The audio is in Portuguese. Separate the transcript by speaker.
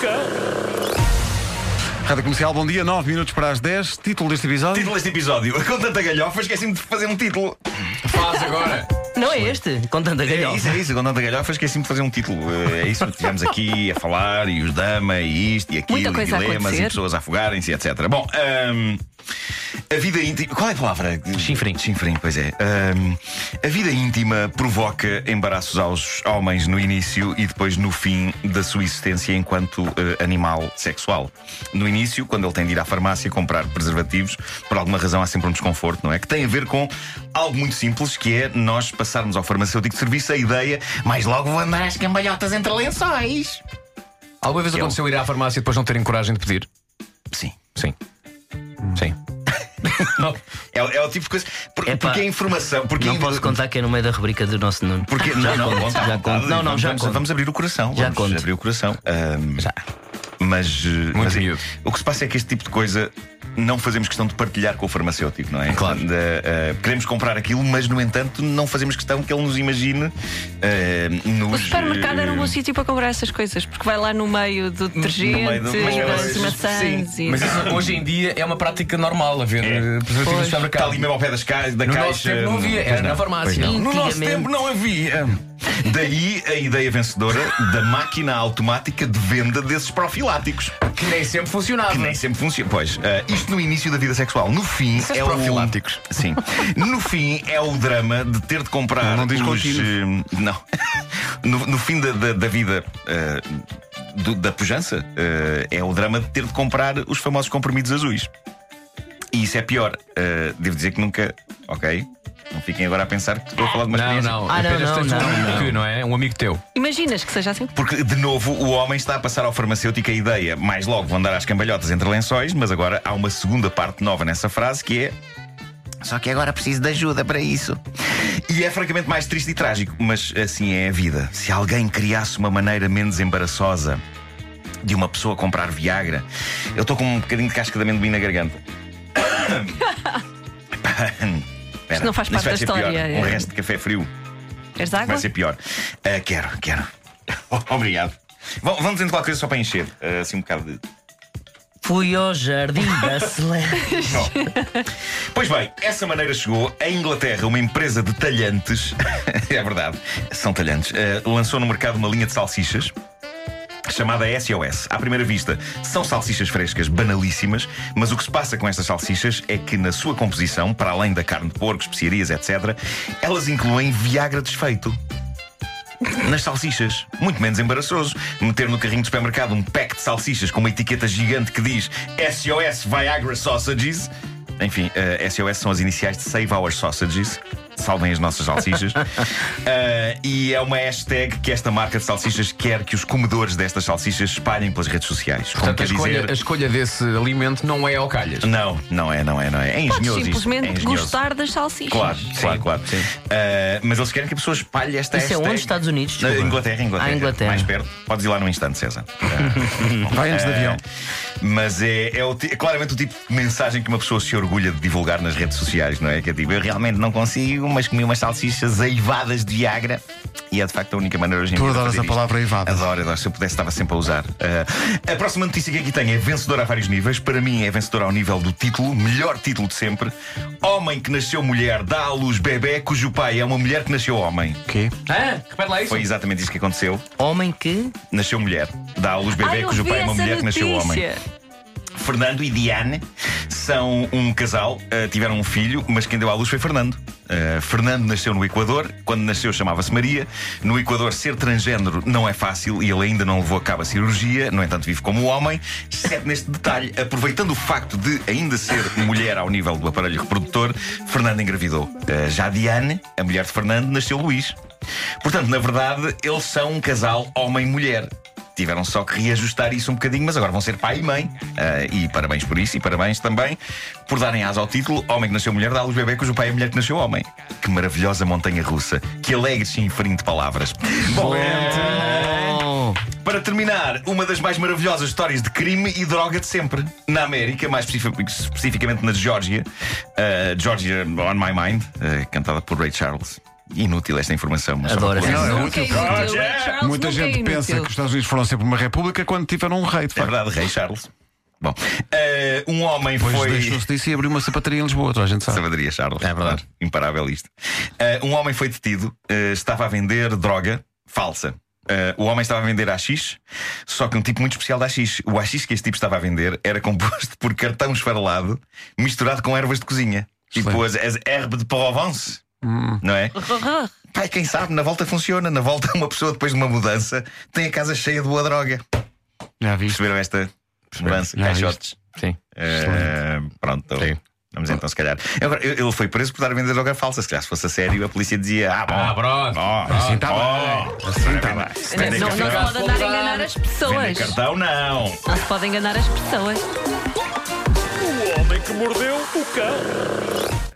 Speaker 1: cão.
Speaker 2: Rádio Comercial, bom dia, 9 minutos para as 10. Título deste episódio?
Speaker 3: Título deste episódio. Com tanta galhofa, esqueci-me de fazer um título.
Speaker 4: Faz agora.
Speaker 5: Não é este, com tanta
Speaker 3: É
Speaker 5: galhofa.
Speaker 3: isso, é isso. Com tanta galhofa, esqueci-me de fazer um título. Eh, É isso que estivemos aqui a falar, e os dama, e isto, e aquilo,
Speaker 6: Muita
Speaker 3: e
Speaker 6: coisa a
Speaker 3: dilemas, e
Speaker 6: acontecer.
Speaker 3: pessoas a afogarem-se, etc. Bom, hum, ahm, a vida íntima. Qual é a palavra?
Speaker 5: Chinfrim.
Speaker 3: Chinfrim, pois é. Ahm, a vida íntima provoca embaraços aos homens no início e depois no fim da sua existência enquanto eh, animal sexual. No início, quando ele tem de ir à farmácia comprar preservativos, por alguma razão há sempre um desconforto, não é? Que tem a ver com algo muito simples, que é nós passarmos ao farmacêutico de serviço a ideia, mas logo vou andar às cambalhotas entre lençóis.
Speaker 4: Alguma vez aconteceu ir à farmácia e depois não terem coragem de pedir?
Speaker 3: Sim.
Speaker 4: Sim. Sim.
Speaker 3: É, o- é o tipo de coisa. por-
Speaker 5: Epá.
Speaker 3: porque a informação. Porque
Speaker 5: Não posso contar que é no meio da rubrica do nosso Nuno.
Speaker 3: Porque não, não, conta,
Speaker 5: já
Speaker 3: conta.
Speaker 5: conto. Não, não,
Speaker 3: vamos,
Speaker 5: já
Speaker 3: vamos,
Speaker 5: conto.
Speaker 3: vamos abrir o coração.
Speaker 5: Já
Speaker 3: vamos
Speaker 5: conto.
Speaker 3: abrir o coração. Ahm, Mas, eh, mas é-
Speaker 4: miúdo.
Speaker 3: o que se passa é que este tipo de coisa não fazemos questão de partilhar com o farmacêutico, não é?
Speaker 4: Claro.
Speaker 3: Da- eh, queremos comprar aquilo, mas no entanto não fazemos questão que ele nos imagine eh, nos,
Speaker 6: O supermercado era um bom
Speaker 3: eh,
Speaker 6: sítio para comprar essas coisas, porque vai lá no meio do detergente
Speaker 3: meio do- mas
Speaker 6: e
Speaker 3: mesmo
Speaker 6: das
Speaker 3: assim,
Speaker 6: maçãs e.
Speaker 4: Mas isso hoje em dia é uma prática normal haver eh, preservativos no
Speaker 6: Pois.
Speaker 3: Está
Speaker 4: supermercado.
Speaker 3: ali mesmo ao pé das ca da
Speaker 4: No
Speaker 3: caixa.
Speaker 4: nosso tempo não havia,
Speaker 3: Pois
Speaker 4: era na
Speaker 3: não,
Speaker 4: farmácia.
Speaker 3: pois não.
Speaker 5: No nosso Antigamente. tempo
Speaker 3: não havia. Daí a ideia vencedora da máquina automática de venda desses profiláticos.
Speaker 4: Que nem sempre funcionava.
Speaker 3: Que nem sempre funciona. Pois, eh, isto no início da vida sexual. No fim
Speaker 4: Esses
Speaker 3: é o.
Speaker 4: profiláticos.
Speaker 3: Sim. No fim é o drama de ter de comprar.
Speaker 2: Não diz
Speaker 3: os,
Speaker 2: contínuo.
Speaker 3: eh, Não. No, no fim da, da- da vida. eh, do- da pujança eh, é o drama de ter de comprar os famosos comprimidos azuis. E isso é pior. Eh, devo dizer que nunca. Ok? Não fiquem agora a pensar que estou a falar de uma
Speaker 4: Não,
Speaker 3: experiência.
Speaker 4: não.
Speaker 5: Ah, não,
Speaker 4: Apenas
Speaker 5: não,
Speaker 4: tens um
Speaker 5: não,
Speaker 4: amigo que, não é? Um amigo teu.
Speaker 6: Imaginas que seja assim?
Speaker 3: Porque, de novo, o homem está a passar ao farmacêutico a ideia. Mais logo vão dar às cambalhotas entre lençóis, mas agora há uma segunda parte nova nessa frase que é. Só que agora preciso de ajuda para isso. E é francamente mais triste e trágico, mas assim é a vida. Se alguém criasse uma maneira menos embaraçosa de uma pessoa comprar Viagra, eu estou com um bocadinho de casca de amendoim na garganta. Espera,
Speaker 6: não faz
Speaker 3: isto
Speaker 6: parte
Speaker 3: vai
Speaker 6: da
Speaker 3: ser pior.
Speaker 6: história. é.
Speaker 3: Um resto de café frio.
Speaker 6: Queres água?
Speaker 3: Vai ser pior. Ah, quero, quero. Obrigado. Vão, vão dizendo qualquer coisa só para encher. Ah, assim um bocado de.
Speaker 5: Fui ao jardim da Selene.
Speaker 3: Pois bem, essa maneira chegou. Em Inglaterra, uma empresa de talhantes, é verdade, são talhantes, ah, lançou no mercado uma linha de salsichas. Chamada SOS. À primeira vista, são salsichas frescas banalíssimas, mas o que se passa com estas salsichas é que, na sua composição, para além da carne de porco, especiarias, etc., elas incluem Viagra desfeito. nas salsichas. Muito menos embaraçoso meter no carrinho do supermercado um pack de salsichas com uma etiqueta gigante que diz SOS Viagra Sausages. Enfim, eh, SOS são as iniciais de Save Our Sausages. Salvem as nossas salsichas. Eh, e é uma hashtag que esta marca de salsichas quer que os comedores destas salsichas espalhem pelas redes sociais. Como
Speaker 4: Portanto, a
Speaker 3: quer
Speaker 4: escolha, a escolha desse alimento não é ao calhas.
Speaker 3: Não, não é, não é, não é. É
Speaker 6: Podes
Speaker 3: engenhoso isto, é
Speaker 6: simplesmente
Speaker 3: engenhoso.
Speaker 6: gostar das salsichas.
Speaker 3: Claro, claro, claro. Ah, mas eles querem que a pessoa espalhe esta
Speaker 5: Isso é
Speaker 3: hashtag.
Speaker 5: onde? Estados Unidos?
Speaker 3: Na
Speaker 5: Desculpa.
Speaker 3: Inglaterra, Inglaterra.
Speaker 5: Ah, Inglaterra.
Speaker 3: Mais perto. Podes ir lá num instante, César. Eh,
Speaker 2: Vai antes de avião.
Speaker 3: Mas é, é o ti- é claramente o tipo de mensagem que uma pessoa se orgulha de divulgar nas redes sociais, não é? Que é tipo, eu realmente não consigo, mas comi umas salsichas aivadas de Viagra. E é de facto a única maneira hoje em
Speaker 2: Tu
Speaker 3: dia. de
Speaker 2: adoras
Speaker 3: fazer
Speaker 2: a
Speaker 3: isto.
Speaker 2: palavra aivada.
Speaker 3: Adoro, adoro. Se eu pudesse, estava sempre a usar. Ah, a próxima notícia que aqui tenho é vencedora a vários níveis. Para mim, é vencedora ao nível do título, melhor título de sempre. Homem que nasceu mulher dá à luz bebê cujo pai é uma mulher que nasceu homem.
Speaker 2: Quê?
Speaker 4: Hã? Repete lá isso.
Speaker 3: Foi exatamente isso que aconteceu.
Speaker 5: Homem que.
Speaker 3: Nasceu mulher. Dá à luz
Speaker 6: Ah,
Speaker 3: bebê
Speaker 6: eu
Speaker 3: cujo
Speaker 6: vi
Speaker 3: pai é uma
Speaker 6: essa
Speaker 3: mulher que nasceu homem.
Speaker 6: notícia.
Speaker 3: Fernando e Diane são um casal, eh, tiveram um filho, mas quem deu à luz foi Fernando. Eh, Fernando nasceu no Equador, quando nasceu chamava-se Maria. No Equador, ser transgênero não é fácil e ele ainda não levou a cabo a cirurgia, no entanto, vive como um homem, exceto neste detalhe, aproveitando o facto de ainda ser mulher ao nível do aparelho reprodutor, Fernando engravidou. Eh, já Diane, a mulher de Fernando, nasceu Luís. Portanto, na verdade, eles são um casal homem-mulher. Tiveram só que reajustar isso um bocadinho, mas agora vão ser pai e mãe. Ah, e parabéns por isso, e parabéns também por darem asa ao título Homem que Nasceu Mulher dá à luz bebê, cujo pai é mulher que nasceu homem. Que maravilhosa montanha russa. Que alegre chinfrim de palavras. Bom,
Speaker 5: Oh,
Speaker 3: para terminar, uma das mais maravilhosas histórias de crime e droga de sempre. Na América, mais especific- Eh, especificamente na Geórgia. Ah, Georgia on My Mind, ah, cantada eh, por Ray Charles. Inútil esta informação, mas só
Speaker 5: Adoro
Speaker 3: para
Speaker 5: essa
Speaker 3: pôr.
Speaker 2: Não, é
Speaker 6: Nunca
Speaker 2: muito
Speaker 6: é
Speaker 2: claro.
Speaker 6: inútil. Ray Charles
Speaker 2: Muita
Speaker 6: nunca é
Speaker 2: gente pensa
Speaker 6: inútil.
Speaker 2: que os Estados Unidos foram sempre uma república quando tiveram um rei, de
Speaker 3: É
Speaker 2: facto.
Speaker 3: verdade, Rei Charles. Bom, eh, um homem
Speaker 2: Depois
Speaker 3: foi.
Speaker 2: deixou-se disso e abriu uma sapataria em Lisboa, toda a gente sabe.
Speaker 3: Sabadoria, Charles.
Speaker 4: É verdade.
Speaker 3: Imparável isto. Eh, um homem foi detido, eh, estava a vender droga falsa. Eh, o homem estava a vender AX, só que um tipo muito especial de AX. O AX que este tipo estava a vender era composto por cartão esfarelado misturado com ervas de cozinha. Tipo as, as herbes de Provence,
Speaker 4: Hum.
Speaker 3: não é? Pai, quem sabe, na volta funciona. Na volta, uma pessoa depois de uma mudança tem a casa cheia de boa droga.
Speaker 2: Já viste?
Speaker 3: Perceberam esta segurança?
Speaker 2: Já
Speaker 3: Caixotes.
Speaker 4: Sim.
Speaker 3: Eh, pronto.
Speaker 4: Sim.
Speaker 3: Vamos então, se calhar. Agora, eu- ele foi preso por estar a vender droga falsa. Se calhar, se fosse a sério, a polícia dizia: Ah, bom.
Speaker 4: Ah, pronto.
Speaker 3: bom,
Speaker 2: Assim tá
Speaker 3: bom. Vender car- vender
Speaker 6: Não, não
Speaker 3: cartão-
Speaker 6: se pode andar a enganar as
Speaker 3: vender
Speaker 6: pessoas.
Speaker 3: cartão, não.
Speaker 6: Não se pode enganar as pessoas.